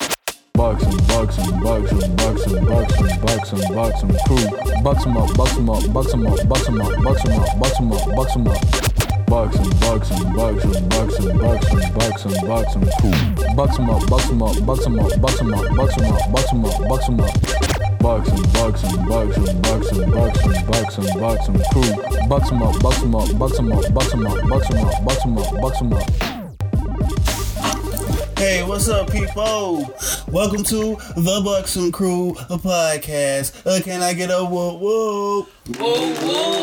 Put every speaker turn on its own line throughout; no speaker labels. bucks and bucks and bucks and bucks and bucks and bucks and bucks and crew. Bucks them up, bucks them up, bucks them up, bucks them up, bucks them up, bucks them up, bucks them up. Bucks and bucks and bucks and bucks and bucks and bucks and bucks and crew. Bucks them up, bucks them up, bucks them up, bucks them up, bucks them up, bucks them up, bucks them up. Bucks and bucks and bucks and bucks and bucks and bucks and bucks and crew. Bucks them up, bucks them up, bucks them up, bucks them up, bucks them up, bucks them up, bucks them up.
Hey, what's up, people? Welcome to the Bucks and Crew a podcast. Uh, can I get a whoa whoa?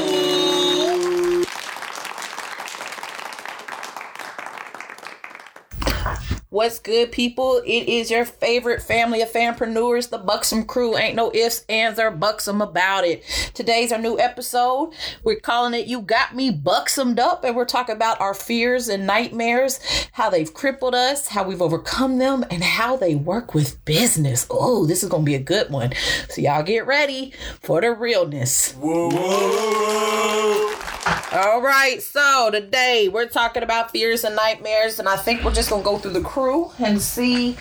What's good, people? It is your favorite family of fanpreneurs, the Buxom Crew. Ain't no ifs, ands, or buxom about it. Today's our new episode. We're calling it You Got Me Buxomed Up, and we're talking about our fears and nightmares, how they've crippled us, how we've overcome them, and how they work with business. Oh, this is going to be a good one. So, y'all get ready for the realness. All right, so today we're talking about fears and nightmares, and I think we're just gonna go through the crew and see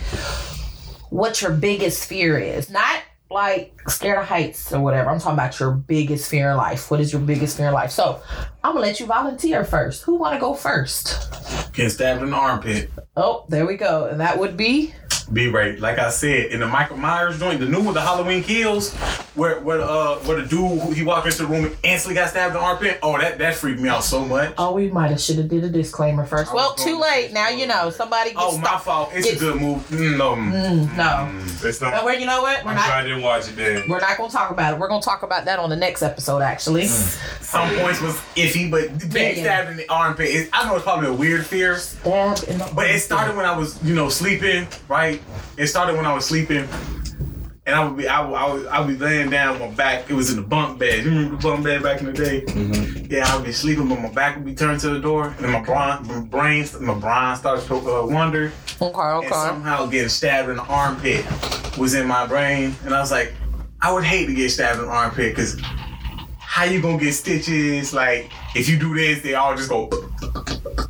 what your biggest fear is. Not like scared of heights or whatever. I'm talking about your biggest fear in life. What is your biggest fear in life? So I'm gonna let you volunteer first. Who wanna go first?
Get stabbed in the armpit.
Oh, there we go. And that would be
Be right. Like I said, in the Michael Myers joint, the new one, the Halloween Kills, where where uh where the dude who- he walked into the room and instantly got stabbed in the armpit. Oh, that that freaked me out so much.
oh, we might have should have did a disclaimer first.
was
Well, too
going-
late. Now you know somebody. Gets
Oh, my
stopped.
fault. Mm. It's a good move. Mm, No.
No,
It's not.
Well, you know what? We're
I'm
not.
glad I didn't watch it then.
We're not gonna talk about it. We're gonna talk about that on the next episode, actually.
Mm. Some points was iffy, but being
Yeah.
stabbed in the armpit, is, I know it's probably a weird fear.
Stab in the
But it started when I was, you know, sleeping, right? It started when I was sleeping. And I would be, I would, I would, I would be laying down on my back. It was in the bunk bed. You remember the bunk bed back in the day? Yeah, I would be sleeping, but my back would be turned to the door, and my brain, my brain, my brain started to uh, wander,
Okay,
and
okay.
somehow getting stabbed in the armpit was in my brain, and I was like, I would hate to get stabbed in the armpit, cause how you gonna get stitches? Like, if you do this, they all just go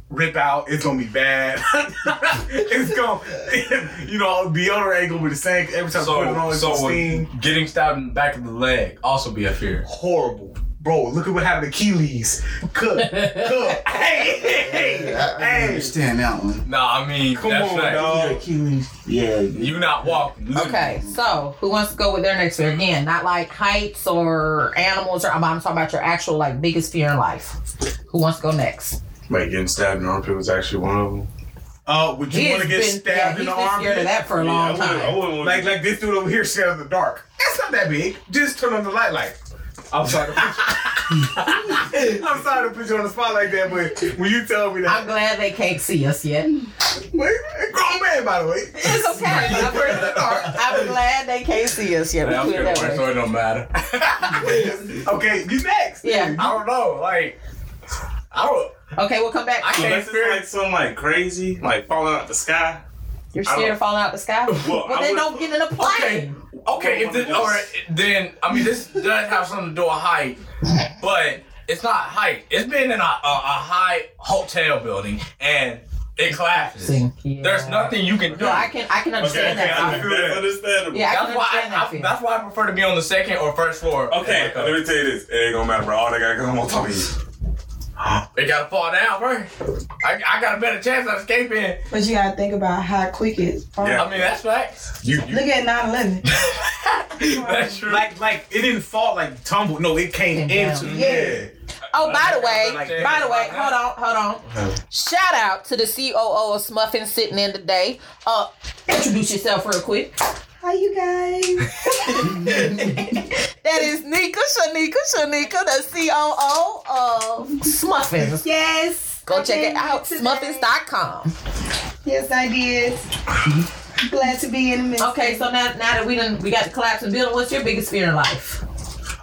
rip out. It's gonna be bad. it's gonna, you know, deodorant ain't gonna be the same every time I put it on.
So,
It's
so
gonna sting.
getting stabbed in the back of the leg also be a fear.
Horrible. Bro, look at what happened to Keeley's. Cook, cook. Hey, hey, hey.
Stand out one.
Nah, I mean,
Come
that's
on,
facts.
dog.
Yeah.
You not walking. literally.
Okay, so who wants to go with their next fear? Again, not like heights or animals or I'm, I'm talking about your actual like biggest fear in life. Who wants to go next?
Like getting stabbed in the armpit was actually one of them.
Uh, would you
He's
want to get
been- yeah,
stabbed in
he's
the
been scared of
armpit?
that for a long
I wouldn't, I
time.
wouldn't want
Like,
like,
like this dude over here scared of the dark. That's not that big. Just turn on the light, like. I'm sorry. To put you, I'm sorry to put you on the spot like that, but when you tell me
I'm
that,
glad they can't see us yet.
Wait, a grown man, by the way.
It's okay. I'm, I'm glad they can't see us yet.
Yeah,
Let's
I'm
put it
scared
that
of it, so
way.
it don't matter.
okay, you next.
Yeah.
I don't know. Like, I don't.
Okay, we'll come back.
I
to you.
can't fear like something like crazy, like falling out the sky.
You're scared of falling out the sky? Well,
I
then
would-
don't get in a plane.
Okay, okay. If this, all right, then I mean, this does have something to do with height, but it's not height. It's being in a, a, a high hotel building and it collapses.
Yeah.
There's nothing you can do.
No, I can I can understand
okay,
that.
I
fear.
feel that's understandable.
Yeah, I can
that's why
understand that
I, I,
fear.
that's why I prefer to be on the second or first floor.
Okay,
Like, uh,
let me tell you this. It ain't gonna matter, bro. All they gotta come on top of you.
It gotta fall down, right? I, I got a better chance of escaping.
But you gotta think about how quick it's.
Yeah.
I mean, that's facts.
You, you
Look at 9 11.
that's true.
Like, like it didn't fall like tumble. No, it came
Came
into.
down.
Yeah.
Oh, by the
Like
way,
that.
by the way, hold on, hold on. Shout out to the COO of Smuffin sitting in today. Uh, introduce yourself real quick.
Hi, you guys.
That is Nika Shanika Shanika, the COO of Smuffins.
Yes.
Go
I
check
came
it out,
today.
smuffins.com.
Yes, I did. Glad to be in the midst.
Okay, so now, now that we done, we got the collapse and building, what's your biggest fear in life?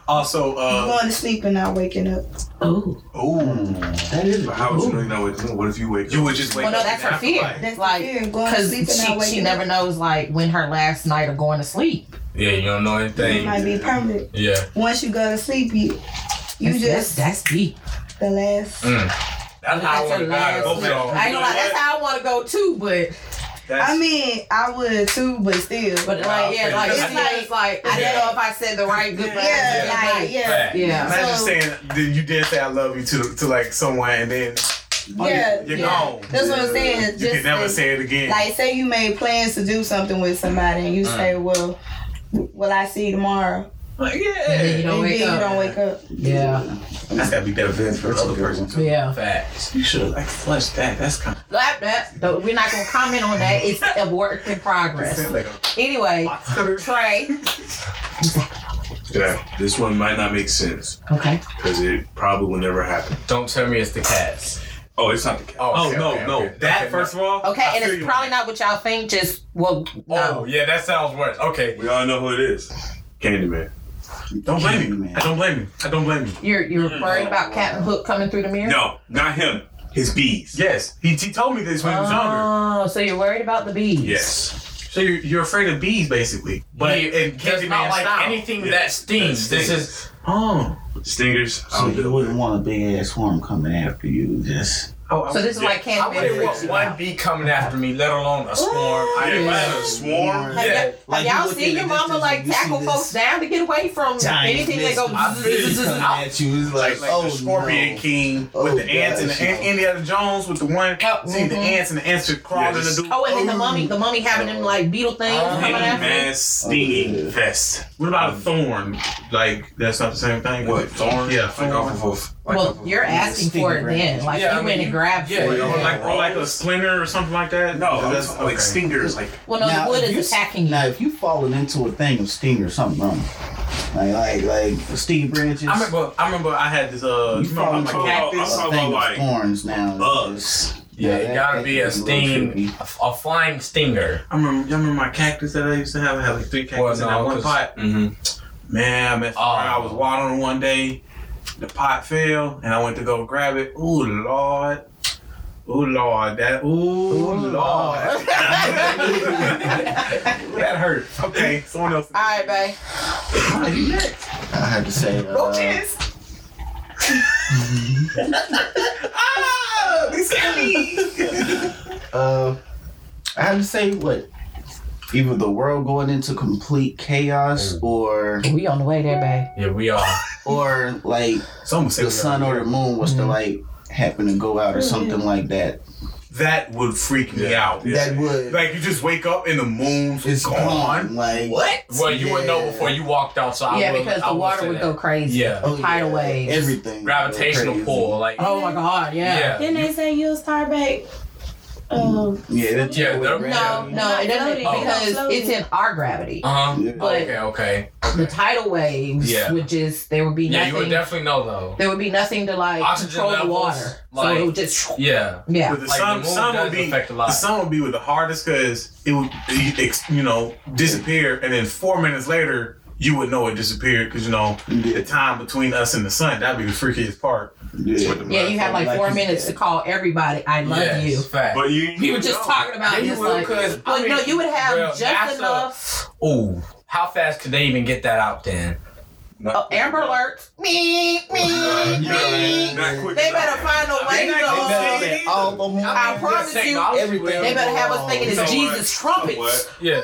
Also, uh,
Going to sleep and not waking up.
Oh,
Ooh. That is. But how would you know you're not waking up? What if you wake
you
up?
would just wake
well, Oh, no,
up.
that's
and
her
have to,
fear.
like-
That's the
like,
fear, going to
because
sleep and not
she, she
waking
never
up.
knows like when her last night of going to sleep.
Yeah, you don't know
It
anything.
might be permanent.
Yeah.
Once you go to sleep, you you
That's- that's,
just
that's deep.
the last.
mm. That's how
That's
I want
her
to die.
last.
though,
night.
so-
I ain't gonna lie, that's how I want to go too, but
That's,
I mean, I would too, but still.
But like, yeah, like
It's
it's like,
like-
it's like I didn't know if I said the right good
yeah,
words. It's
like,
like,
yeah.
yeah.
imagine
so-
saying that you did say I love you to to like someone and then oh, you-
Yeah,
you're
yeah.
gone.
That's what I'm saying.
You
Just
can never
like-
say it again.
Like, say you made plans to do something with somebody, and you
Uh-huh.
say, "Well, will I see you tomorrow?"
Like,
And then
yeah,
you don't
and
wake
then
up.
you don't wake up.
Yeah,
that's gotta be better for the other person too.
yeah.
Facts.
You should have like flushed that. That's kind of
That, that, though, we're not gonna comment on that. It's a work in progress.
like
Anyway,
a
Trey.
Yeah, this one might not make sense
Okay.
because it probably will never happen.
Don't tell me it's the cats.
Oh, it's not the cat.
Oh,
okay,
no,
okay,
no.
okay.
That,
Okay,
first of all.
Okay,
I
and
feel
it's
you.
probably not what y'all think. Just well,
Oh
no.
yeah, that sounds worse. Okay.
We all know who it is. Candyman.
Don't blame me. I don't blame you. I don't blame you.
You're you're
Mm-hmm.
worried about Captain Hook coming through the mirror.
No, not him. His bees.
Yes, he, he told me this when he was younger.
Oh, so you're worried about the bees?
Yes.
So you're, you're afraid of bees, basically. But
He-
in
does not
Candyman
like
style.
anything
Yeah.
that stings. This is
Oh,
Stingers.
So you wouldn't want a big ass worm coming after you. Just
oh I-
So this is why
I
Candyman
wouldn't
freaks
want
you
one
out.
bee coming after me, let alone a swarm. I
Yeah,
ain't
man,
mad.
a swarm.
Yeah.
Have y'all,
Like,
have
you
y'all
look
seen
in
your
the
mama
distance
like
and you see
tackle
this
folks down to get away from anything that goes?
I
I
feel you.
coming
I-
at you. It's like,
like
oh,
the Scorpion
no.
King with
Oh,
the ants and
gosh,
the and
no.
Indiana Jones with the one.
Oh,
See the
mhm.
ants and the ants just crawling
Yes.
in the
Oh, and then the mummy, the mummy having them like beetle things
Oh,
coming after.
Man, stinging
Oh, yeah.
fest.
What about a thorn? Like that's not the same thing.
What thorn?
Yeah,
like
thorn.
off of a. Like off
Well,
of a-
you're asking for it
Stingray.
then. Like
Yeah, I
you went
mean,
and grabbed
yeah,
for it.
yeah,
Or like or like a splinter or something like that.
No, I'm
that's
talking like stingers. Like
Well, no, the wood
if you-
is attacking you.
Now, if you falling into a thing of sting or something wrong, like like like stinging branches,
I remember. I remember. I had this. Uh,
You
you remember
fall into a-
my cactus.
a
I'm talking
thing
about,
of
like,
thorns now.
bugs.
Yeah, it gotta
that
be a
could
sting,
little
a, a flying stinger.
I remember. Y'all remember my cactus that I used to have? I had like three
Well,
cactus in that
no,
one
'cause-
pot.
Mm-hmm.
Man, I messed
Oh.
around. I was watering one day. The pot fell, and I went to go grab it. Ooh, Lord. Ooh, Lord. That, ooh, Lord. that hurt. Okay, someone else.
All right, babe.
tricky. I had to say, uh, uh, I had to say what. Either the world going into complete chaos, or
We on the way there, babe.
Yeah, we are.
or like
Someone said
the sun or the moon was to like happen to go out or
Mm-hmm.
something like that.
That would freak me out.
That would
Like, you just wake up and the moon's
it's
gone.
gone. Like
What?
Well, you would know
Yeah.
before you walked out, so I
yeah,
will-
because
I
the
will
water
say
would
that.
go crazy.
Yeah.
Oh,
Tidal
yeah.
waves.
everything,
Gravitational
Crazy.
pull, like
Oh my God! Yeah.
yeah.
Then they say you'll start back. Um,
Yeah, that
Yeah,
would
they're-
grab
No,
you.
no, it doesn't
Oh.
because it's in our gravity.
Uh huh.
Yeah.
But
Okay, okay.
the tidal waves
Oh. Yeah.
would just there would be
Yeah, you would
nothing.
definitely know though.
there would be nothing to like
Oxygen
control the
levels,
water.
like-
so it would just
Yeah.
yeah.
But the
Like,
sun,
the moon
sun would
does
be
affect a lot.
the sun would be with the hardest because it would it ex- you know disappear and then four minutes later you would know it disappeared because you know the time between us and the sun that'd be the freakiest part.
Yeah.
Yeah, you have like
Like
four
you
minutes
said.
to call everybody. I love
yes,
you.
Fact.
But you.
We were just talking about
Yeah, you
this.
will,
like,
'cause, I
but
mean,
no, you would have
well,
just
NASA-
enough.
Ooh, how fast could they even get that out then?
Oh, Amber Alert. Me, me, me.
Not quick.
They
enough.
better find a way
They not gonna
to.
say it.
All of them.
I promise
The
you,
technology
everything.
would-
They better have us thinking
You know
it's Jesus
what? You
trumpets.
know what?
Yeah.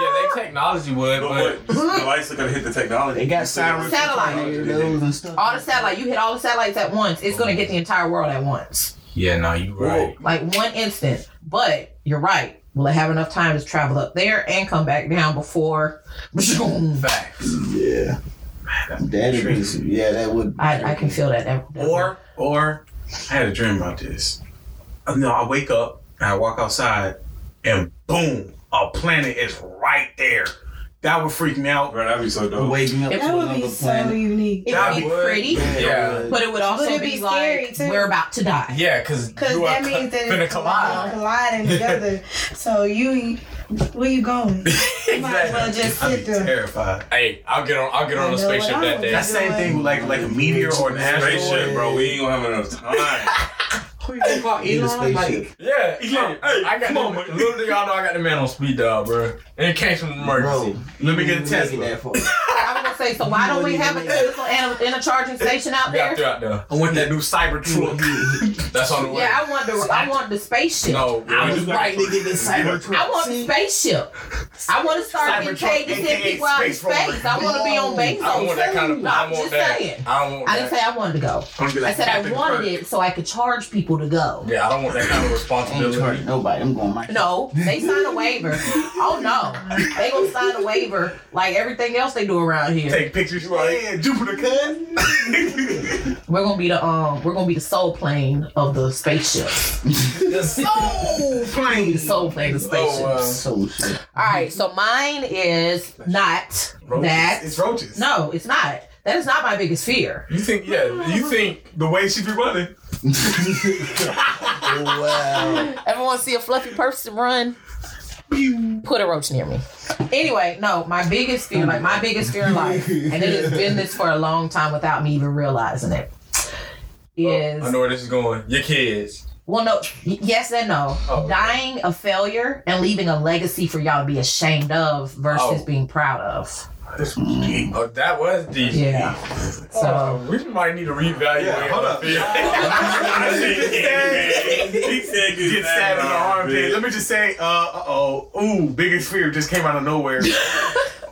Yeah, they technology would, but
But what? The lights are gonna hit the technology.
They got sirens. for
Satellite.
tornadoes and stuff.
All the satellite, you hit all the satellites at once. It's gonna get the entire world at once,
yeah, no, you right.
like one instant. But you're right. Will it have enough time to travel up there and come back down before?
Facts.
Yeah. That'd be, yeah, that would.
I, I can feel that. that- that-
Or or I had a dream about this. Uh, No, I wake up and I walk outside and boom, a planet is right there. That would freak me out.
Bro, that'd be so dope.
waking up to
that would
another
be so
planet.
unique.
it would be pretty,
Yeah.
but it would also
But it'd
be,
be scary,
like
too.
we're about to die.
Yeah, because
Because that means that
finna
it's
collide.
colliding, colliding together. so you, where you going? You might as well just
I'd be
sit there.
terrified.
Hey, I'll get on. I'll get
I
on a
know what
spaceship
I
that
would
day.
That same thing with like like a meteor or an asteroid.
Spaceship, bro. We ain't gonna have enough time.
Who you think about
Need a
Elon? Like,
spaceship.
Yeah,
Elon,
yeah.
hey,
I got
come on,
the,
man.
little do y'all know I got the man on speed dial, bro. And it came from an emergency.
Bro,
Let me
you
get a
didn't
Tesla.
make it that far.
I was gonna say say, so why don't we have a physical and a, and a charging station out
Yeah,
there?
throughout there.
I want that new cyber truck.
That's on the way.
Yeah, I want the I want the spaceship.
no,
I was right to get this Cybertruck.
I want the spaceship. I want to start getting
Cybertruck,
paid to send
aka
people out in
Space Rover.
space. I want to be on
I don't want
Bezos.
that kind of.
No,
I
I'm
want
just
that.
saying.
I don't want
I didn't say
that.
I wanted to go.
I'm gonna be
I
like
said I
Captain
wanted
Kirk.
it so I could charge people to go.
Yeah, I don't want that kind of responsibility.
Nobody. I'm going my.
No, they sign a waiver. Oh no, they gonna sign a waiver like everything else they do around here.
Take pictures, right? Yeah, Jupiter, cuz.
We're gonna be the um, we're gonna be the soul plane of the spaceship.
the
uh,
soul plane.
The soul plane of the spaceship.
So, uh,
So shit.
All right, so
Mm-hmm.
mine is not
roaches.
that.
It's roaches.
no, it's not. That is not my biggest fear.
you think? Yeah, you think
The way she be running.
Wow.
Everyone see a fluffy person run? Put a roach near me.
Anyway, no, my biggest fear, like my biggest fear in life, and it has been this for a long time without me even realizing it, is
Oh, I know where this is going. Your kids.
well, no, y- yes and no,
Oh, okay.
dying a failure and leaving a legacy for y'all to be ashamed of versus
Oh.
being proud of.
This was deep. Oh, that was deep.
Yeah.
Uh,
So
we might need to reevaluate.
Yeah, hold
our
up.
fear.
he said get stabbed in the armpit. Let me just say, uh oh, ooh, biggest fear just came out of nowhere.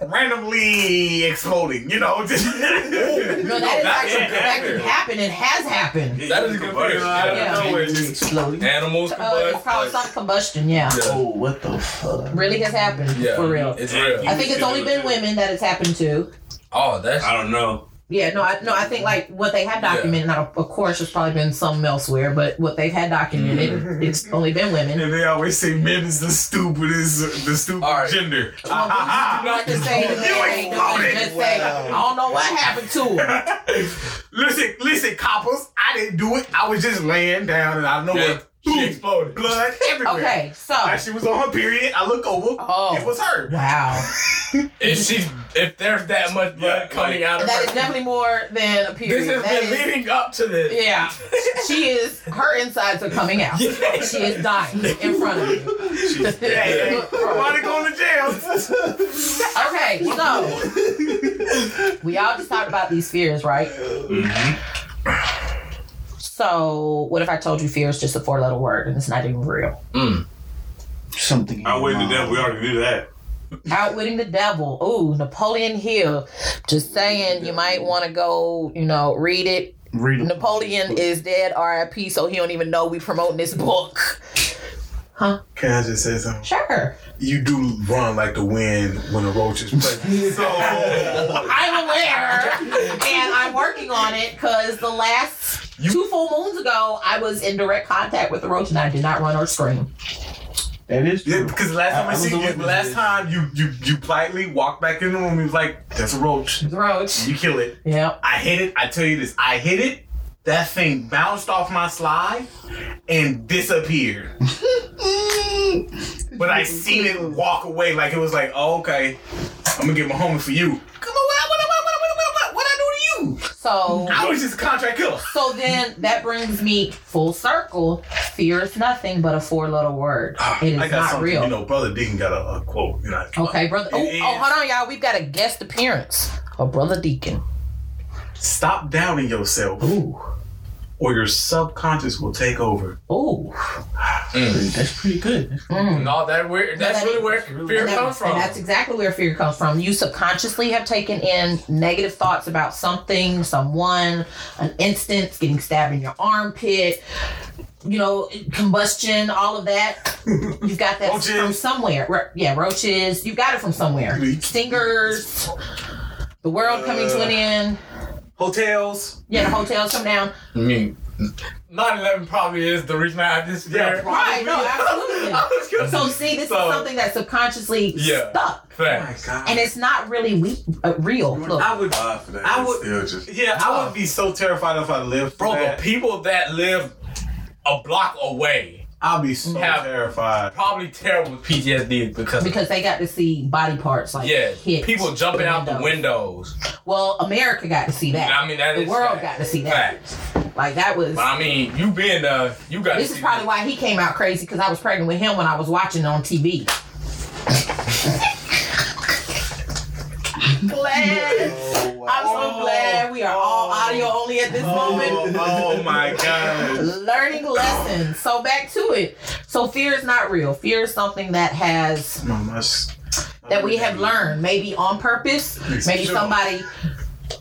Randomly exploding, you know. Just
no, that is
that-
actually
yeah,
that can
yeah.
happen. It has happened.
That is a good fear. Out of
Yeah.
nowhere, just
Exploding.
animals
Uh, it's
combust.
called
like-
some combustion. Yeah.
Oh, what the fuck?
really has happened
yeah,
for real.
It's real.
I think it's only been women that it's happened to.
Oh, that's
I don't know.
Yeah, no, I, no, I think like what they have documented. Now, of course, there's probably been some elsewhere, but what they've had documented, it's only been women.
And they always say men is the stupidest, the stupid
All right.
gender.
Well, we do not to say the
You
man ain't doing it,
exploded.
just say, I don't know what happened to him.
listen, listen, coppers. I didn't do it. I was just laying down, and I know
Yeah.
what.
She
boom,
exploded.
Blood everywhere.
Okay, so
Like, she was on her period. I look over.
Oh.
It was her.
wow,
if she's if there's that much blood
Yeah,
coming
like-
out of
that
her.
is definitely more than a period.
this has
That
been
is-
leading up to this.
yeah, she is. Her insides are coming out. She is dying in front of you.
Hey, hey, why they going to jail?
Okay, so we all just talked about these fears, right?
Mm-hmm.
So, what if I told you fear is just a four letter word and it's not even real?
Something.
I wouldn't do that. We already did that.
Outwitting the devil. Ooh, Napoleon Hill. Just saying, you might want to go, you know, read it.
Read it.
Napoleon is dead, RIP, so he don't even know we promoting this book.
Can I just say something?
Sure.
You do run like the wind when a roach is pregnant. so
I'm aware, and I'm working on it because the last two full moons ago, I was in direct contact with the roach, and I did not run or scream.
That is
yeah,
true.
because the last
I-
time I,
I was a
seen you,
witness
the
to
last
this.
time you you you politely walked back in the room, you was like, "That's a roach.
The roach.
You kill it."
Yep.
I hit it. I tell you this. I hit it. That thing bounced off my slide and disappeared. but I seen it walk away like it was like, oh, okay, I'm gonna get my homie for you. Come on, what, what, what, what, what, what, what, what I do to you?
So
I was just a contract killer.
so then that brings me full circle. Fear is nothing but a four letter word. It
Ah, I
is
got
not
something.
real.
You know, brother Deacon got a, a quote. You know,
okay, brother. Oh,
It
oh,
is.
hold on, y'all. We've got a guest appearance of brother Deacon.
stop doubting yourself,
Ooh,
or your subconscious will take over.
ooh.
That's pretty good. That's pretty
No, that where that's
that
really
is-
where fear
And that-
comes from.
and that's exactly where fear comes from. You subconsciously have taken in negative thoughts about something, someone, an instance, getting stabbed in your armpit, you know, combustion, all of that. You've got that
Roaches.
from somewhere. Ro- yeah, roaches. You've got it from somewhere. Stingers. The world coming to an end.
Hotels,
Yeah, the hotels come down.
I mean, 9/11 probably is the reason I have this fear.
Yeah,
Right, no, absolutely. So see, this
So-
is something that's subconsciously
Yeah.
stuck,
Fact.
God.
and it's not really we- uh, real. Look,
I would.
God for that.
I
It's
would-
Still just,
Yeah, I would be so terrified if I lived.
Bro,
Bro,
the people that live a block away
I'll be so
Have-
terrified.
probably terrible with PTSD because
because they got to see body parts like
yeah,
hit
people jumping out the
windows.
windows.
Well, America got to see that.
I mean, that
the
is
world
fact.
got to see that.
Facts.
Like that was.
But I mean, you been uh, you got.
This is probably why he came out crazy because I was pregnant with him when I was watching on TV. Glad. We are all audio only at this moment.
Oh, oh my god.
Learning lessons. So back to it. So fear is not real. Fear is something that has
No, that's-
that we have learned, maybe on purpose, maybe
sure.
somebody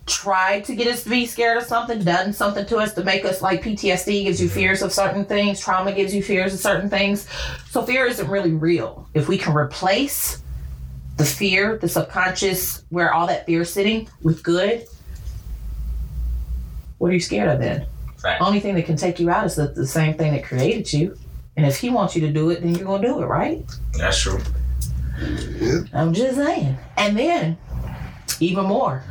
tried to get us to be scared of something, done something to us to make us like PTSD gives you fears of certain things, trauma gives you fears of certain things. So fear isn't really real. If we can replace the fear, the subconscious, where all that fear is sitting with good, what are you scared of then?
Fact.
Only thing that can take you out is the, the same thing that created you. And if he wants you to do it, then you're gonna do it, right?
That's true.
I'm just saying. And then, even more,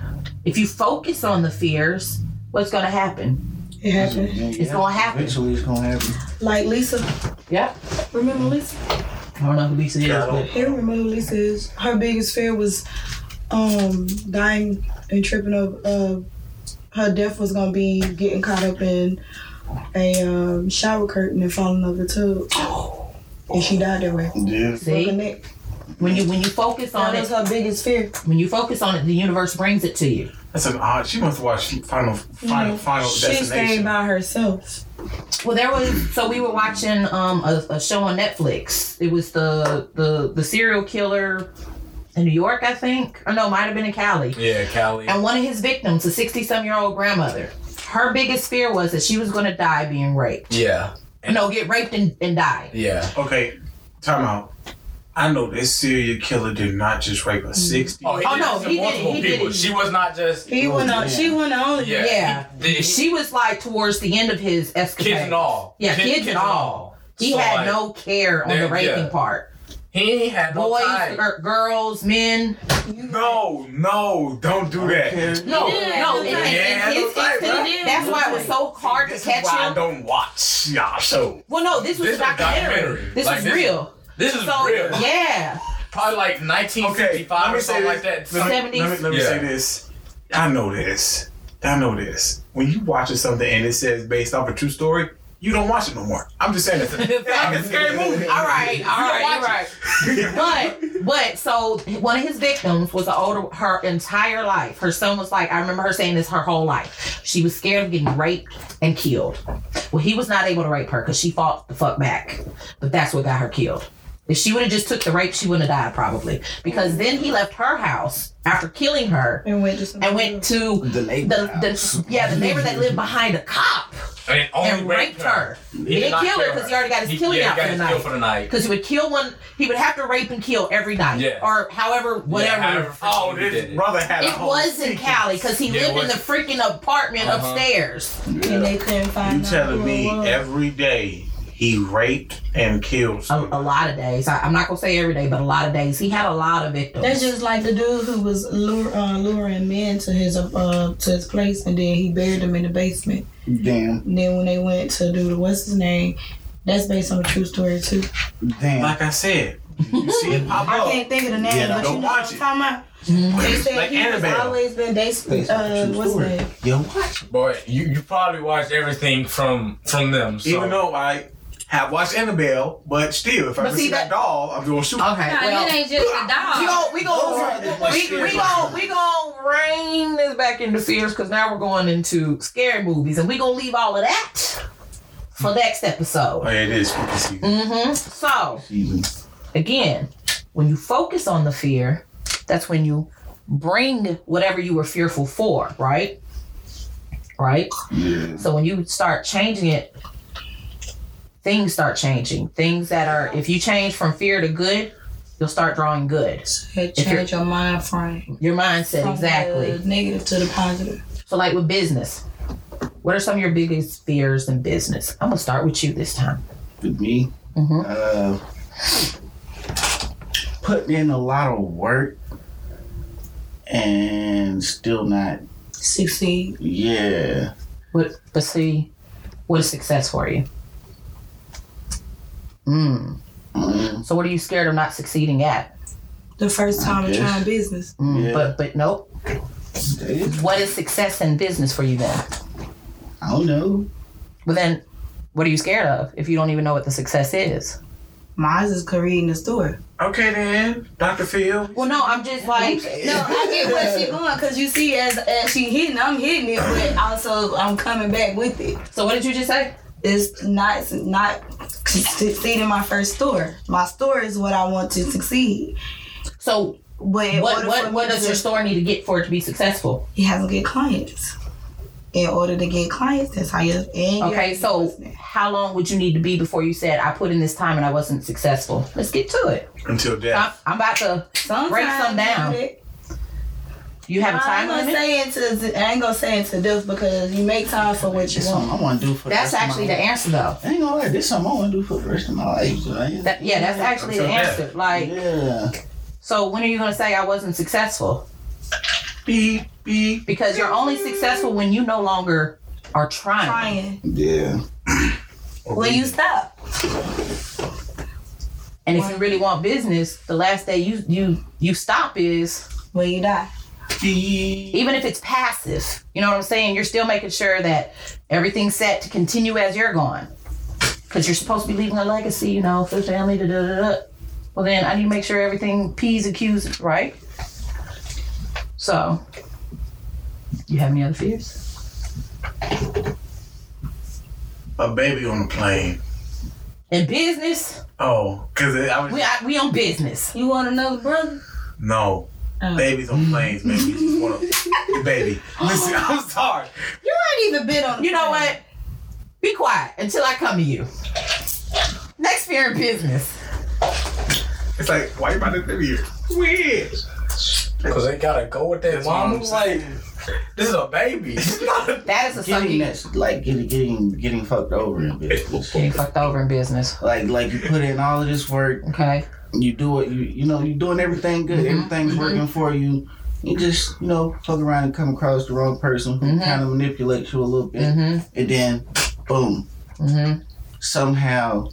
if you focus on the fears, what's going to happen?
It happened.
It's going to happen.
Eventually, it's gonna happen.
Like Lisa.
Yeah.
Remember Lisa?
I don't know who Lisa is, but
Hey, remember Lisa is her biggest fear was um dying and tripping up uh her death was gonna be getting caught up in a um, shower curtain and falling over the tub. And she died that way. Broke
Yeah.
her
see,
neck.
when you when you focus on
That was
it,
her biggest fear.
when you focus on it, the universe brings it to you.
That's an odd. She must watch Final
Mm-hmm.
Mm-hmm.
Final Final
She stayed
Destination.
by herself.
Well, there was so we were watching um, a, a show on Netflix. It was the the the serial killer in New York, I think. Or no, it might have been in Cali.
Yeah, Cali.
And one of his victims, a 60 some year old grandmother, her biggest fear was that she was going to die being raped.
Yeah.
No, get raped and, and die.
Yeah.
Okay, time out. I know this serial killer did not just rape a sixty.
he
Oh,
did
no,
this to
he did it,
multiple
he did
people.
it.
She was not just
He went on she went on
yeah.
Yeah.
He- the-
She was like towards the end of his escapade.
kids and all.
Yeah,
Kid-
kids, and all. He
So,
had
like,
no care on
there-
the raping
yeah.
part.
He ain't had no
Boys,
time.
gir- girls, men.
No, no, don't do that.
No, no.
he
in-
did.
in
Yeah,
his
that's right,
instance,
bro.
He
that's why it was so hard
This
to
is why I
catch him.
don't watch y'all show.
Well, no, this was
This
a
is a
documentary.
documentary.
This
Like,
was
this-
real.
This is
so,
real.
yeah.
Probably like
Okay,
1955
let me
or
say
something like that.
this. Let me, let me, let me
Yeah.
say this. I know this. I know this. When you watch something and it says based off a true story, you don't watch it no more. I'm just saying that. it's like a scary movie.
All right, all right, all right. But but so one of his victims was an older her entire life. Her son was like, I remember her saying this her whole life. She was scared of getting raped and killed. Well, he was not able to rape her because she fought the fuck back. But that's what got her killed. If she would have just took the rape, she wouldn't have died probably. Because then he left her house after killing her
and went to some
and went to
The neighbor.
the, the yeah the neighbor that lived behind a cop
And, only
and raped her. He didn't
not
kill her because he already got his
He-
killing
yeah,
out
he
for the
got his
night.
kill for the night.
Because he would kill one, he would have to rape and kill every night.
Yeah.
Or however, whatever.
Yeah, however
Oh,
freaking he did
this
it.
brother had a
it
whole
was in
sequence.
Cali because he
Yeah, it
lived in
was.
the freaking apartment
Uh-huh.
upstairs.
and they couldn't find
You
out
telling
who it
me
was.
every day he raped and killed
A,
someone?
a lot of days. I, I'm not going to say every day, but a lot of days. He had a lot of victims.
That's just like the dude who was lure, uh, luring men to his uh, to his place, and then he buried them in the basement.
Damn.
And then when they went to do the what's his name, that's based on a true story too.
Damn.
Like I said, you see it pop
I
up.
can't think of the name,
Yeah,
but
Oh. don't
you know
watch
what I'm talking about. They said
Like
he has
Annabelle.
always been based. Uh, what's his name?
Yo, watch.
Boy, you, you probably watched everything from from them. So.
Even though I have watched Annabelle, but still, if I ever
see
see that,
that- Uh,
doll, I'm gonna shoot.
Okay.
Nah,
well,
it ain't just a dog.
we gon' we
Oh,
gon'
my
we,
shit.
we gon' we gon' rein this back into fears because now we're going into scary movies and we gonna leave all of that for next episode.
Oh, yeah, it is spooky season.
Mm-hmm. So, again, when you focus on the fear, that's when you bring whatever you were fearful for, right? Right?
Yeah.
So, when you start changing it, things start changing. Things that are, if you change from fear to good, you'll start drawing good.
It changed your mind frame
Your mindset,
from
exactly.
the negative to the positive.
So, like with business, what are some of your biggest fears in business? I'm going to start with you this time.
With me.
Mhm.
Uh, putting in a lot of work and still not.
Succeed.
Yeah.
What, but see, what is success for you? Mm.
Mm,
So what are you scared of not succeeding at?
The first time of
guess.
trying business.
Mm,
Yeah.
But but nope. What is success in business for you then?
I don't know.
Well then, what are you scared of if you don't even know what the success is?
Mine is Kareem the Stewart.
Okay then, Dr. Phil.
Well, no, I'm just like
No, I get where she going because you see, as as she hitting, I'm hitting it, but also I'm coming back with it.
So what did you just say?
It's not it's not succeeding my first store. My store is what I want to succeed.
So
But in
what
order for
what
me
what
to-
does your store need to get for it to be successful?
He has to get clients. In order to get clients, that's how you. And you
Okay,
have to
so
listen.
how long would you need to be before you said I put in this time and I wasn't successful? Let's get to it.
Until death.
I'm, I'm about to.
Sometimes
break some down.
you-
You have a
I
time
ain't gonna
limit.
say it to I ain't gonna say it to death because you make time for what you
This
want.
something I want to do for
That's
the rest
actually
of
the
my life.
answer, though.
I ain't gonna lie, this something I want to do for the rest of my life. So I ain't-
That, yeah, that's actually the
Until death.
answer. Like,
yeah.
so when are you gonna say I wasn't successful?
Beep, beep.
Because you're only successful when you no longer are trying.
Trying.
Yeah.
Will you stop?
And if you really want business, the last day you you you stop is
Will you die?
even if it's passive. You know what I'm saying? You're still making sure that everything's set to continue as you're gone. Cause you're supposed to be leaving a legacy, you know, for the family. Da, da, da, da. Well, then I need to make sure everything p's and q's is right. So, you have any other fears?
A baby on a plane.
In business,
Oh, cause it, I was
we I, we on business.
You want another brother?
no.
Oh.
Babies on planes, man. You just want the baby. Listen, I'm sorry.
You ain't even been on.
You know what? Be quiet until I come to you. Next fear in business.
It's like, why you about to be here? Weird.
Cause they gotta go with that
That's what I'm
mom. Like, this is a baby.
That is a
Getting
sucky.
that's like getting getting getting fucked over in business.
Getting fucked over in business.
Like like you put in all of this work,
Okay.
you do it, you you know you're doing everything good,
Mm-hmm.
everything's working for you. You just you know fuck around and come across the wrong person who
Mhm.
kind of manipulates you a little bit,
Mm-hmm.
and then boom,
Mm-hmm.
somehow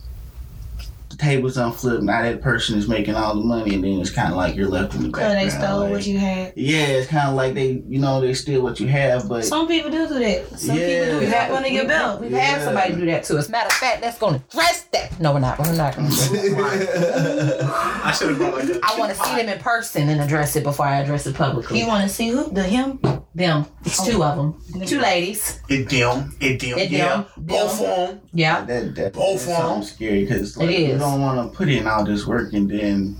the tables unflipped. Now that person is making all the money, and then it's kind of like you're left in the
Cause
background.
they stole
like-
what you had.
Yeah, it's kind of like they you know they steal what you have, but
Some people do do that. Some people do
Yeah.
that under your
we-
belt.
We've had
Yeah.
somebody do that to us. Matter of fact, that's gonna dress that. No, we're not. We're not gonna dress that.
I should have brought like a
I wanna see them in person and address it before I address it publicly. Oh.
You want to see who the him?
them. It's two of them. Two ladies.
It dim, it dim,
It
yeah.
them.
Both
them.
of them.
Yeah.
that that that's
Both of 'em.
something scary because like
It
you
is.
don't want to put in all this work and then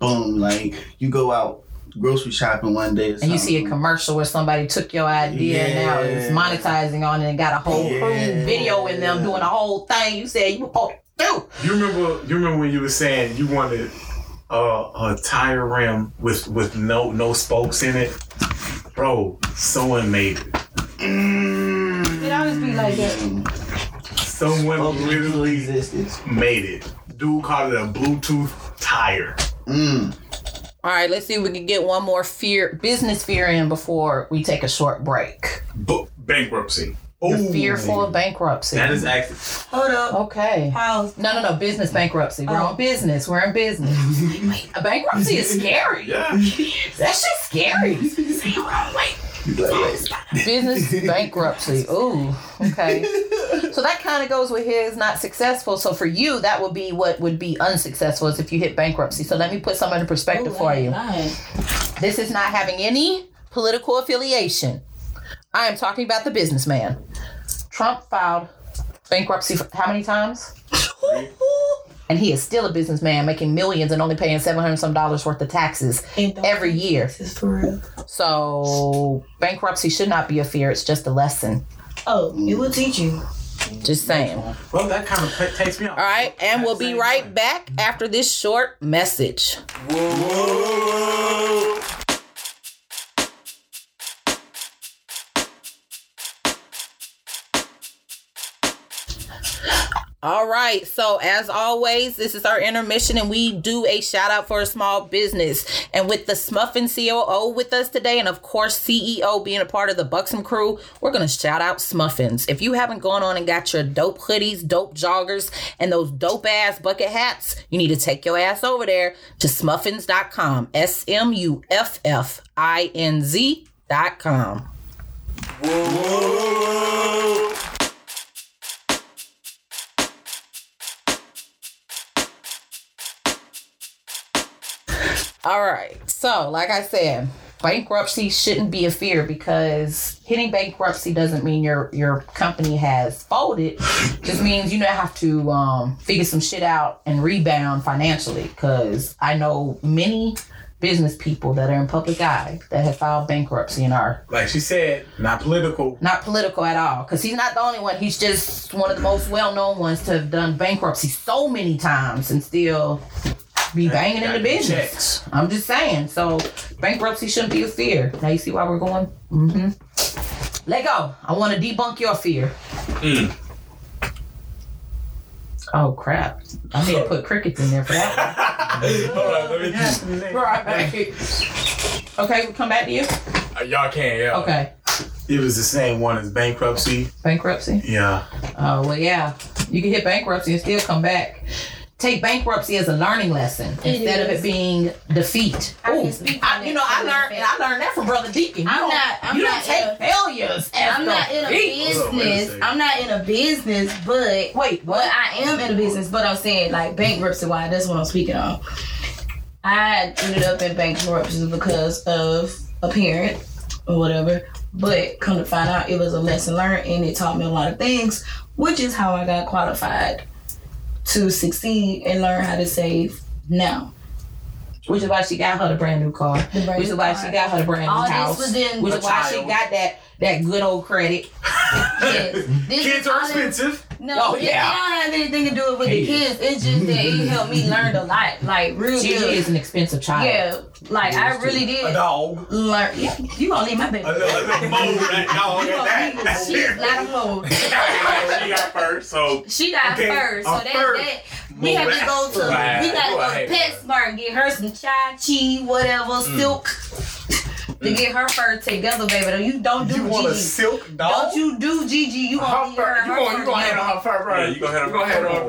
boom, like you go out grocery shopping one day or
And you see a
something.
commercial where somebody took your idea and now it's
Yeah.
monetizing on it and got a whole crew
Yeah.
video in them doing a whole thing. You said you were supposed to
You remember you remember when you were saying you wanted uh, a tire rim with with no no spokes in it? Bro, someone made it.
It always be like that.
Someone
Welcome to
literally
existence.
made it. Dude called it a Bluetooth tire.
Mm.
All right, let's see if we can get one more fear.
do. Business fear in before we take a short break.
Bu- bankruptcy.
You're
Ooh.
fearful of bankruptcy.
That is active.
Hold up.
okay.
Pause.
No, no, no. Business bankruptcy. We're on business. We're in business. Wait, a bankruptcy is scary.
Yeah.
That shit's scary. business bankruptcy. Ooh. Okay. So that kind of goes with his not successful. So for you, that would be what would be unsuccessful is if you hit bankruptcy. So let me put some into perspective for you. This is not having any political affiliation. I am talking about the businessman. Trump filed bankruptcy for how many times? and he is still a businessman making millions and only paying 700 some dollars worth of taxes every year.
This is for real.
So bankruptcy should not be a fear, it's just a lesson.
Oh, it will teach you.
Just saying.
Well, that kind of t- takes me off.
All right, and we'll be right back after this short message. All right. So, as always, this is our intermission, and we do a shout out for a small business. And with the Smuffin COO with us today, and of course, CEO being a part of the Buxom crew, we're going to shout out Smuffins. If you haven't gone on and got your dope hoodies, dope joggers, and those dope ass bucket hats, you need to take your ass over there to smuffins.com. S M U F F I N Z dot com.
All right. So, like I said, bankruptcy shouldn't be a fear because hitting bankruptcy doesn't mean your your company has folded. Just means you now have to um, figure some shit out and rebound financially. Because I know many business people that are in public eye that have filed bankruptcy and are
Like she said, not political.
not political at all because he's not the only one he's just one of the most well-known ones to have done bankruptcy so many times and still be banging in the
gotta get checks.
business i'm just saying so bankruptcy shouldn't be a fear now you see why we're going mm-hmm let go i want to debunk your fear oh crap i need to put crickets in there for that
Hold on, let me just.
one. right okay we come back to you
Uh, Y'all can, yeah.
okay
It was the same one as bankruptcy.
bankruptcy
Yeah.
Oh, well, yeah. You can hit bankruptcy and still come back. Take bankruptcy as a learning lesson instead of
is.
it being defeat.
I can
Ooh,
speak
I-
on
you
it
know, I
too,
learned
but-
and I learned that from Brother Deacon. You
I'm
don't,
not- I'm
you
not
don't take
in a-
failures as
I'm not in a
defeat.
Hold on, wait a
business.
second.
I'm not in a business,
Wait,
but but
what?
I am in a business. But I'm saying like bankruptcy. Why? That's what I'm speaking on. I ended up in bankruptcy because of a parent or whatever. But come to find out, it was a lesson learned, and it taught me a lot of things, which is how I got qualified to succeed and learn how to save now.
Which is why she got her the brand new car.
brand
Which is
new
why
car.
she got her the brand new
All this
house.
was in
Which
a
is why she
child.
got that that good old credit.
Yes. This
Kids
is
are
all in-
expensive.
No,
Oh,
it-
yeah.
it don't have anything to do with the kids. It's just that it helped me learn a lot, like real
She really
good.
is an expensive child.
Yeah, like I really
A
did
dog.
learn. You, you gonna leave my baby?
A little, a little mole that dog.
You gonna
That,
leave
that's
She's
it.
not a hoe.
she got first, so
She got
Okay,
first, so
a
that,
first.
that we have to go to
Right.
we
Ooh, I
gotta
hate
go to PetSmart and get her some chai chi, whatever silk to get her fur together, baby. Though you don't do
you want a
Gigi.
silk dog?
Don't you do Gigi? You
Her
gonna leave her?
fir- You
her
gonna
fur
you gonna
together.
handle her first,
Yeah,
right?
you gonna handle
You gonna handle her
her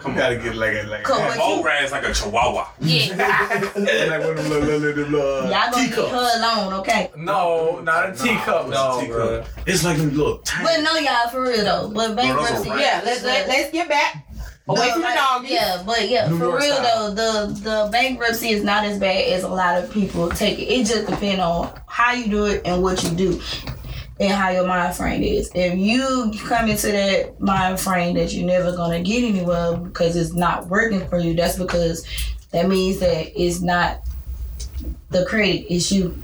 first, right?
You gotta get like a like,
Cool,
like,
but
Mo Rat's like a chihuahwa.
Yeah,
like one of them little little, little, little uh,
y'all gonna leave
teacups.
her alone, okay?
No, not a teacup, dog. bro.
It's like them little tiny.
But no, y'all for real though. But bankruptcy,
right.
Yeah, let's let, let's get back. Away
No,
from the
like,
doggy.
Yeah, but yeah,
New
for
York
real
style.
though, the the bankruptcy is not as bad as a lot of people take it. It just depends on how you do it and what you do. And how your mind frame is. If you come into that mind frame that you're never gonna get anywhere because it's not working for you, that's because that means that it's not the credit, it's you.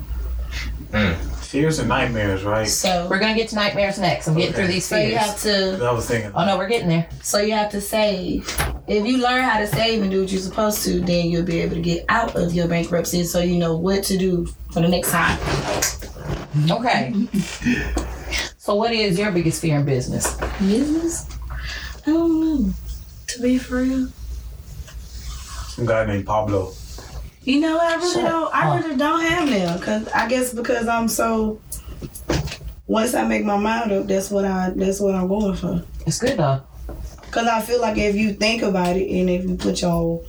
Fears and nightmares, right?
So,
We're gonna get to nightmares next. I'm getting
Okay.
through these
so you
fears.
have to
I was thinking.
Oh no, we're getting there.
So you have to save. If you learn how to save and do what you're supposed to, then you'll be able to get out of your bankruptcy so you know what to do for the next time.
Okay. so what is your biggest fear in business?
Business? I don't know. To be for real.
Some guy named Pablo.
You know, I really
Shut
don't. I
up.
really don't have now, cause I guess because I'm so. Once I make my mind up, that's what I. That's what I'm going for.
It's good though.
Cause I feel like if you think about it, and if you put your,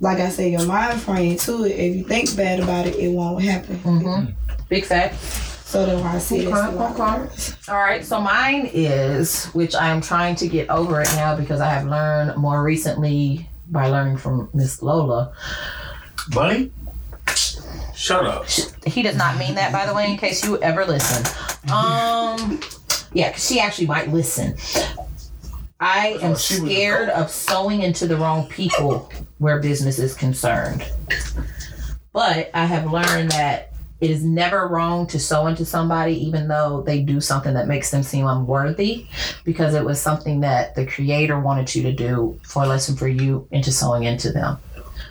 like I say, your mind frame to it, if you think bad about it, it won't happen.
Mm-hmm. Big fact.
So that's why I say that's a lot.
All right, so mine is, which I am trying to get over it now because I have learned more recently by learning from Miss Lola.
Bunny?
Shut up.
He does not mean that, by the way, in case you ever listen. Um, yeah, 'cause she actually might listen. I am
she was a
scared of sewing into the wrong people where business is concerned. But I have learned that it is never wrong to sew into somebody, even though they do something that makes them seem unworthy, because it was something that the creator wanted you to do for a lesson for you into sewing into them.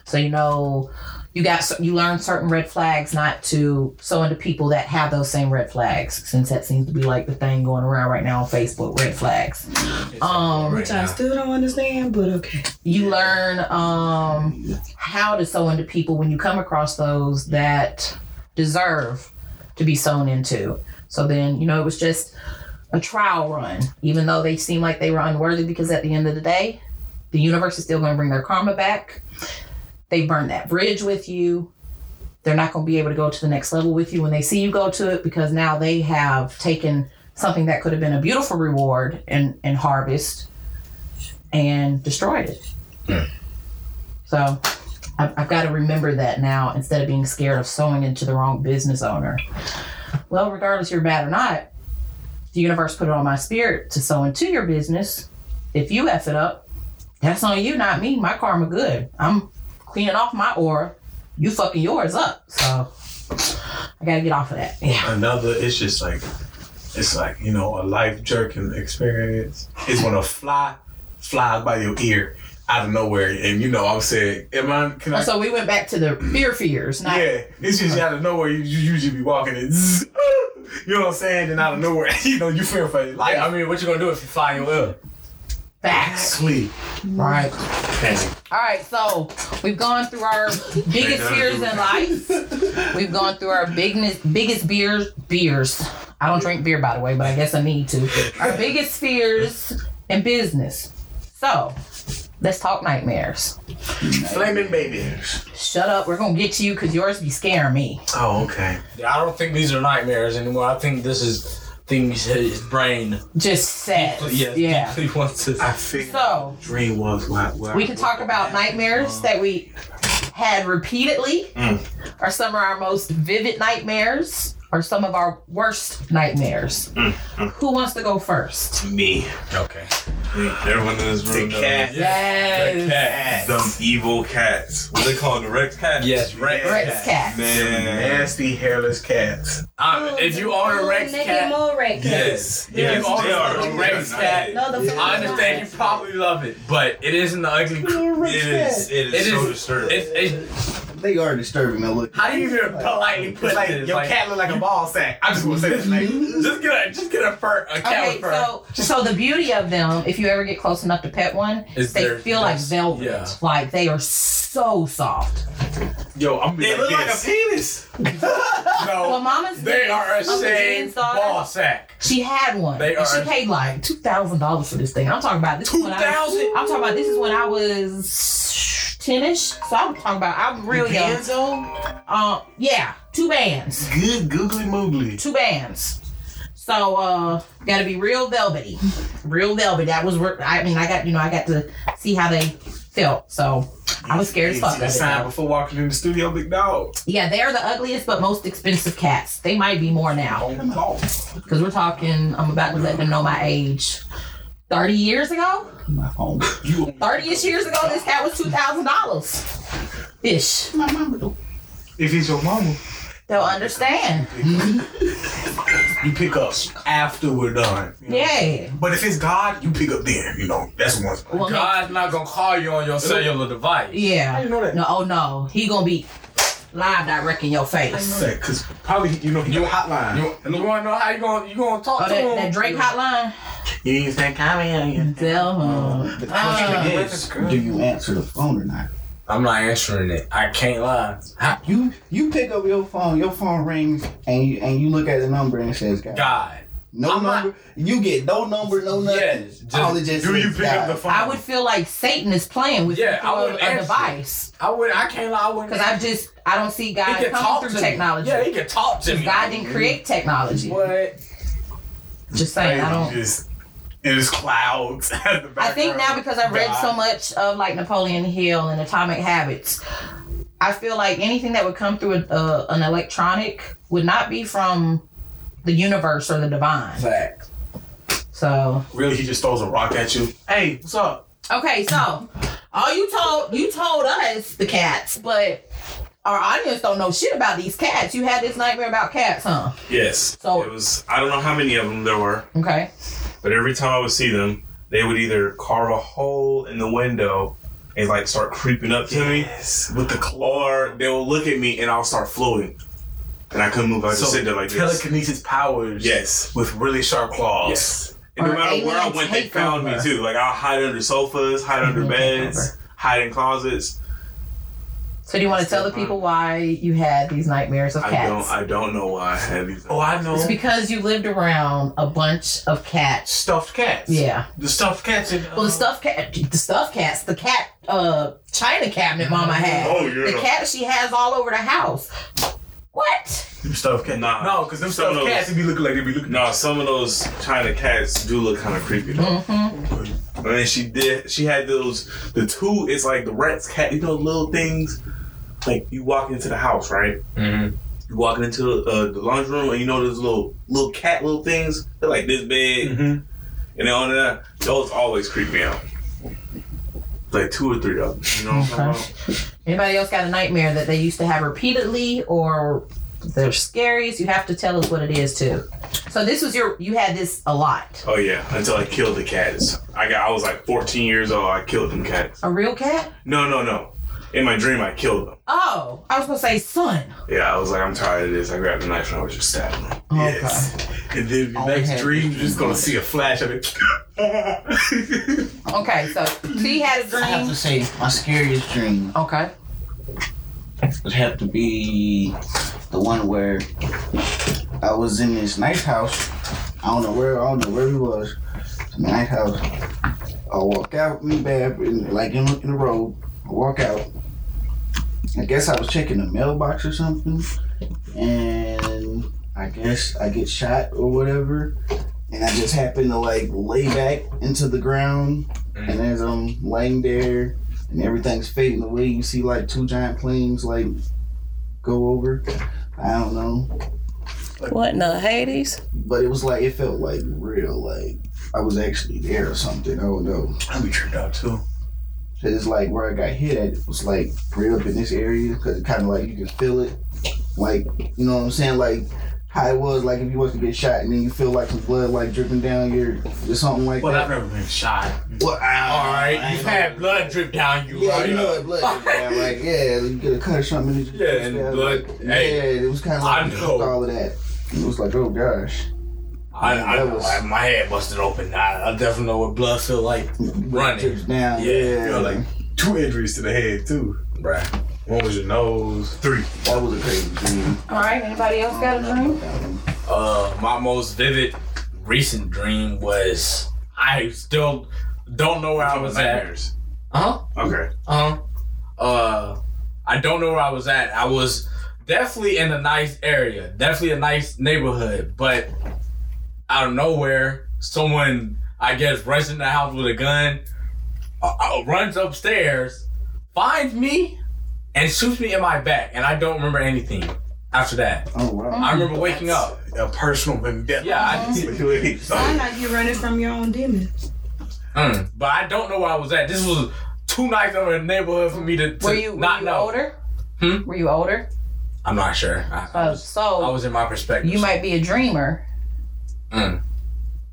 So you know, you got you learn certain red flags not to sew into people that have those same red flags, since that seems to be like the thing going around right now on Facebook, red flags. Um,
Which I still don't understand, but okay.
you learn um, how to sew into people when you come across those that deserve to be sewn into. So then, you know, it was just a trial run, even though they seemed like they were unworthy, because at the end of the day, the universe is still going to bring their karma back. They burned that bridge with you. They're not going to be able to go to the next level with you when they see you go to it because now they have taken something that could have been a beautiful reward and, and harvest and destroyed it. So I've, I've got to remember that now instead of being scared of sewing into the wrong business owner. Well, regardless you're bad or not, the universe put it on my spirit to sew into your business. If you F it up, that's on you, not me. My karma good. I'm cleaning off my aura. You fucking yours up. So I gotta get off of that. Yeah.
Another, it's just like, it's like, you know, a life jerking experience is when a fly flies by your ear out of nowhere. And, you know, I'm saying, am I, can I?
so we went back to the fear fears. Not,
yeah, it's just out of nowhere. You, you usually be walking and zzz, you know what I'm saying? And out of nowhere, you know, you fear for your life.
I mean, what you gonna do if you fly your will?
Facts.
Sleep.
Right.
Crazy.
All right, so we've gone through our biggest fears in life. We've gone through our bigness, biggest beers, beers. I don't drink beer, by the way, but I guess I need to. Our biggest fears in business. So let's talk nightmares.
Flaming babies.
Shut up. We're gonna get to you because yours be scaring me.
Oh, okay.
I don't think these are nightmares anymore. I think this is things his brain.
Just sad.
Yeah.
Yeah.
He wants to.
I figured
So
dream was what, what
we can talk about nightmares that we had repeatedly are some of our most vivid nightmares or some of our worst nightmares who wants to go first
Me.
Okay.
Everyone in this
the
room. knows.
cat.
yes
Cat.
Them evil cats. What they call them? The Rex cats?
Yes, Rex.
Rex cat
Man.
Nasty hairless cats.
Oh,
Um, if you own a Rex
Naked
cat,
mole rat cat.
Yes.
If you own
They are.
a Rex cat.
No, the
I understand you probably love it, but it isn't the ugly. cr-
It is. It is
It
so
is-
disturbing.
It's, it's,
They are disturbing. I look.
how do you even politely put
Like
this?
your
Like,
cat look like a ball sack. I just want to say that. Like,
Just get a just get a fur a cat
okay
with fur.
so so the beauty of them if you ever get close enough to pet one
Is
they
their-
feel like
their-
velvet
yeah.
like they are so soft
yo, I'm
they
gonna
look
be like,
like a
this.
penis.
well
no,
mama's
they are a
Uncle
shame
Jen's daughter?
ball sack.
She had one.
They
and she
are-
paid like two thousand dollars for this thing. I'm talking about this. is when I was-
$2,000?
I'm talking about this is when I was ten-ish. So I'm talking about I'm real young.
Enzo,
Um, yeah, two bands,
good googly moogly.
two bands. So uh, gotta be real velvety, real velvety. That was where I mean I got you know I got to see how they felt. So I was scared as
You
fuck.
see
of
that
it,
sign
though.
before walking in the studio, big dog.
Yeah, they are the ugliest but most expensive cats. They might be more now.
Boom, boom.
Because we're talking, I'm about to let them know my age. 30 years ago?
My home.
30 ish years ago, this cat was $2,000 ish.
My mama though.
If it's your mama,
They'll understand.
you pick up after we're done. you know?
Yeah.
But if it's God, you pick up then. You know, that's one.
Well, no-
God's not gonna call you on your cellular device.
yeah.
How you know that?
No, oh no. He gonna be live direct in your face.
Because probably you know your hotline.
You, you wanna know how you gonna you gonna talk
Oh,
to
that,
him?
that Drake hotline?
You ain't think coming in.
Tell him.
The question is, do you answer the phone or not?
I'm not answering it. I can't lie. Ha-
You you pick up your phone, your phone rings, and you and you look at the number and it says God.
God.
No
I'm not-
number. You get no number, no nothing.
Yes. Just,
All it just
Do you
says
pick up
God.
the phone?
I would feel like Satan is playing with
Yeah,
you through
I
a,
wouldn't
a
answer.
device.
I would. I can't lie. I wouldn't.
Because I just, I don't see
He
God
could talk
coming
to
through
me.
technology.
Yeah, he can talk to me.
God didn't create technology.
What?
Just saying, I don't.
Just, it is clouds. at the
I think now
background.
because I've read so much of like Napoleon Hill and Atomic Habits, I feel like anything that would come through a, uh, an electronic would not be from the universe or the divine.
Fact.
So
Really, he just throws a rock at you. Hey, what's up?
okay, so all you told you told us the cats, but our audience don't know shit about these cats. You had this nightmare about cats, huh?
Yes.
So-
it was. I don't know how many of them there were,
Okay.
but every time I would see them, they would either carve a hole in the window and like start creeping up to
Yes, with the
me, or they will look at me and I'll start floating, and I couldn't move. I just sit there like this.
telekinesis powers.
Yes.
with really sharp claws.
Yes. And no
Or
matter where I
alien
went, they found me
takeover.
too. Like I'll hide under sofas, hide under
Alien
beds, hide in closets.
So do you want to tell the people why you had these nightmares of
I
cats?
don't. I don't know why I had these.
Oh, I know.
It's because you lived around a bunch of cats.
Stuffed cats.
Yeah.
the stuffed cats. In,
Well, the stuffed cat, the stuffed cats, the cat, uh, china cabinet Mama had.
Oh, yeah.
The cat she has all over the house. What?
them stuffed cats.
Nah.
uh, no, because them
Some
stuffed
of those-
cats would be looking like they be looking.
No, some of those China cats do look kind of creepy. Though.
Mm-hmm.
And then she did. She had those. The two. It's like the rat's cat. You know, little things like you walk into the house, right?
Mm-hmm.
Mhm.
You walking into uh, the laundry room and you know those little little cat little things. They're like this big,
Mhm.
and then on that, those always creep me out. Like two or three of them. You know what I'm talking about?
Anybody else got a nightmare that they used to have repeatedly or they're scariest? You have to tell us what it is too. So this was your you had this a lot.
Oh yeah, until I killed the cats. I got I was like 14 years old. I killed them cats.
A real cat?
No, no, no. In my dream, I killed them.
Oh, I was gonna say son.
Yeah, I was like, I'm tired of this. I grabbed a knife and I was just stabbing them.
Okay.
Yes. And then your
Only
next
had
dream, you're just gonna see a flash of it.
Okay, so she had a
I have
dream.
to say, my scariest dream
Okay.
would have to be the one where I was in this nice house. I don't know where I don't know where we was. In the nice house. I walk out in the bathroom, like in, in the road. I walk out. I guess I was checking the mailbox or something, and I guess I get shot or whatever. And I just happen to like lay back into the ground, and as I'm laying there, and everything's fading away. You see like two giant planes like go over. I don't know,
What in the Hades?
but it was like it felt like real, like I was actually there or something. I don't know.
I'll be tripped out too.
Cause it's like where I got hit at it was like right up in this area. Cause it kind of like you can feel it, like you know what I'm saying, like. How it was like if you was to get shot and then you feel like some blood like dripping down your or something like
Well,
that.
I've never been shot.
Well, I-
All right,
I
you've
know.
had blood drip down you.
Yeah,
right?
you know it blood. yeah, like yeah, you get a cut or something. And it just
Yeah, and blood-
like,
hey,
yeah, it was kind of
I
like
know.
all of that. It was like, oh gosh,
I, I
That
know,
was-
like, my head busted open. I, I definitely know what blood feel like. Running.
Drips down.
Yeah,
Yeah,
you
You know, like two injuries to the head too.
Bruh.
One was your nose. Three.
that was a crazy dream.
All right. Anybody else got a dream?
Uh, my most vivid recent dream was I still don't know where I was at.
Nightmares.
Huh?
Okay.
Uh-huh. Uh, I don't know where I was at. I was definitely in a nice area, definitely a nice neighborhood, but out of nowhere, someone I guess runs in the house with a gun, uh, uh, runs upstairs, finds me, and shoots me in my back, and I don't remember anything after that.
Oh wow.
I remember waking up.
A personal vendetta.
Yeah, I
Sound like you're running from your own demon.
Mm. But I don't know where I was at. This was two nights over the neighborhood for me to, to
Were you were
not
you
know.
older?
Hmm?
Were you older?
I'm not sure. I, I
Uh,
was,
so
I was in my perspective.
you might be a dreamer
Mm.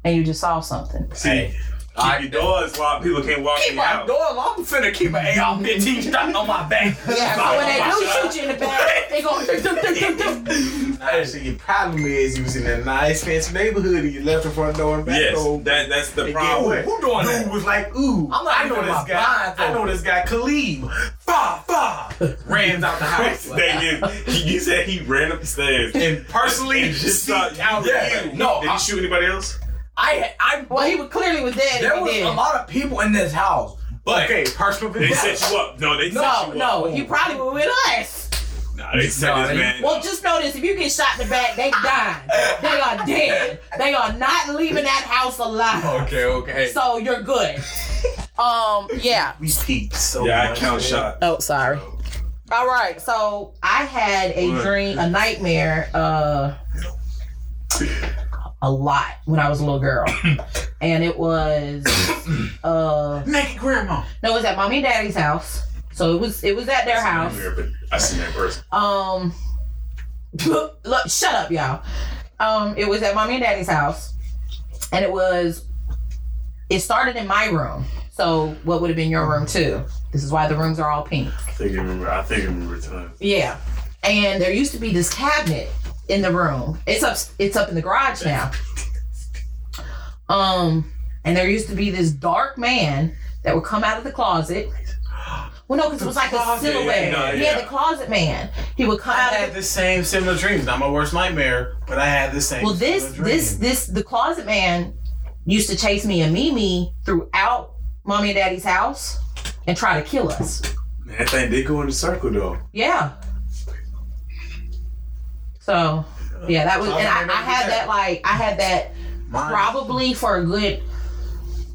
and you just saw something.
See,
Hey. I,
keep your doors locked. People can't walk in
keep
your
my
house.
door locked. I'm finna keep my AR-15 strapped on my back.
Yeah. When they do shoot you in the back, they go.
Actually, your problem is you was in a nice fancy neighborhood and you left the front door and back
Yes,
door.
that that's the
And
problem.
get what?
Who doing
Dude
that?
was like, ooh,
I'm not
I know
doing
this
my
guy.
blind
I know this guy, Khalib. Fa fa, ran out the house.
They get- he, you said he ran up the stairs.
and personally,
And
just
just thought,
out
yeah.
you.
No,
Did
I-
he shoot anybody else?
I, I,
Well, he was clearly was dead.
there
if
was
he did.
a lot of people in this house, but
Okay, personal
They
vendetta.
set you up. No, they set
No,
you up.
no, he probably was with us.
Nah, they set
No,
this
they-
man.
Well, just know this: if you get shot in the back, they die. They are dead. They are not leaving that house alive.
okay, okay.
So you're good.
Um, yeah.
We peeped so
yeah, I
much,
count
man.
shot.
Oh, sorry.
All right. So I had a
What?
dream, a nightmare, uh, a lot when I was a little girl, and it was, uh,
Naked grandma.
no, it was at mommy and daddy's house. So it was, it was at their house.
But I seen that person.
Um, look, shut up, y'all. Um, it was at mommy and daddy's house, and it was. It started in my room, so what would have been your room too? This is why the rooms are all pink.
I think I remember. I think I remember time.
Yeah, and there used to be this cabinet in the room. It's up. It's up in the garage now. Um, and there used to be this dark man that would come out of the closet. Well, no, because it was like a
closet,
silhouette.
no,
He had
yeah.
the closet man. He would come
I
out of the
had the same similar dreams. Not my worst nightmare, but I had the same.
Well, this
similar
this
dream.
this the closet man used to chase me and Mimi throughout mommy and daddy's house and try to kill us.
Man, that thing did go in a circle though.
Yeah. So yeah, that was and I, I had that like I had that
Mine-
probably for a good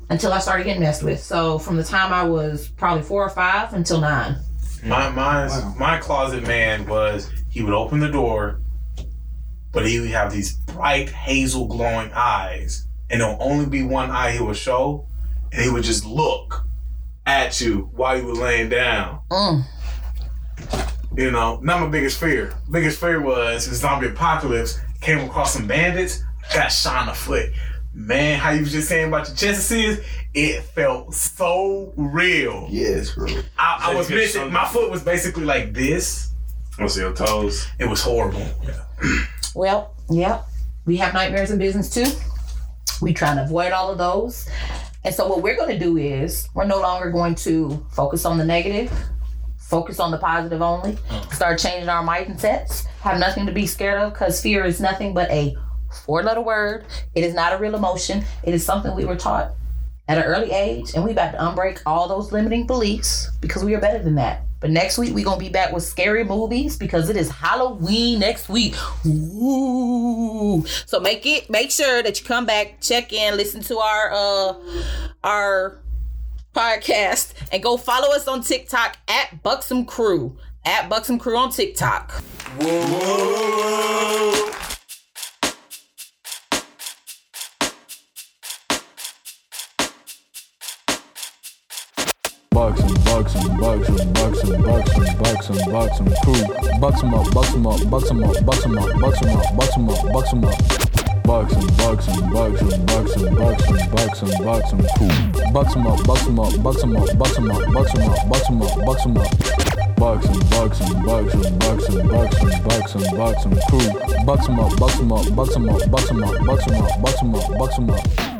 until I started getting messed with. So from the time I was probably four or five until nine.
My mine's, my closet man was he would open the door, but he would have these bright hazel glowing eyes, and there'll only be one eye he would show, and he would just look at you while you were laying down.
Mm.
You know, not my biggest fear. Biggest fear was the zombie apocalypse. Came across some bandits, got shot in the foot. Man, how you was just saying about your Chesterfield, it felt so real.
Yes, bro.
I, I
Like
was
your
missing.
son-
My foot was basically like this.
What's your toes?
It was horrible.
Well, yeah, we have nightmares in business too. We try to avoid all of those. And so what we're going to do is we're no longer going to focus on the negative, focus on the positive only, start changing our mindsets, have nothing to be scared of because fear is nothing but a four letter word. It is not a real emotion. It is something we were taught at an early age and we about to unbreak all those limiting beliefs because we are better than that. But next week we're gonna be back with scary movies because it is Halloween next week. Ooh.
So make it make sure that you come back, check in, listen to our uh our podcast, and go follow us on TikTok at Buxom Crew. At Buxom Crew on TikTok.
Bucks and bucks and bucks and bucks and bucks and bucks and bucks and crew. Bucks 'em up, bucks 'em up, bucks 'em up, bucks 'em up, bucks 'em up, bucks 'em up, bucks 'em up. Bucks and bucks and bucks and bucks and bucks and bucks and bucks and crew. Bucks 'em up, bucks 'em up, bucks 'em up, bucks 'em up, bucks 'em up, bucks 'em up, bucks 'em up. Bucks and bucks and bucks and bucks and bucks and bucks and bucks and crew. Bucks 'em up, bucks 'em up, bucks 'em up, bucks 'em up, bucks 'em up, bucks 'em up, bucks 'em up, bucks 'em up.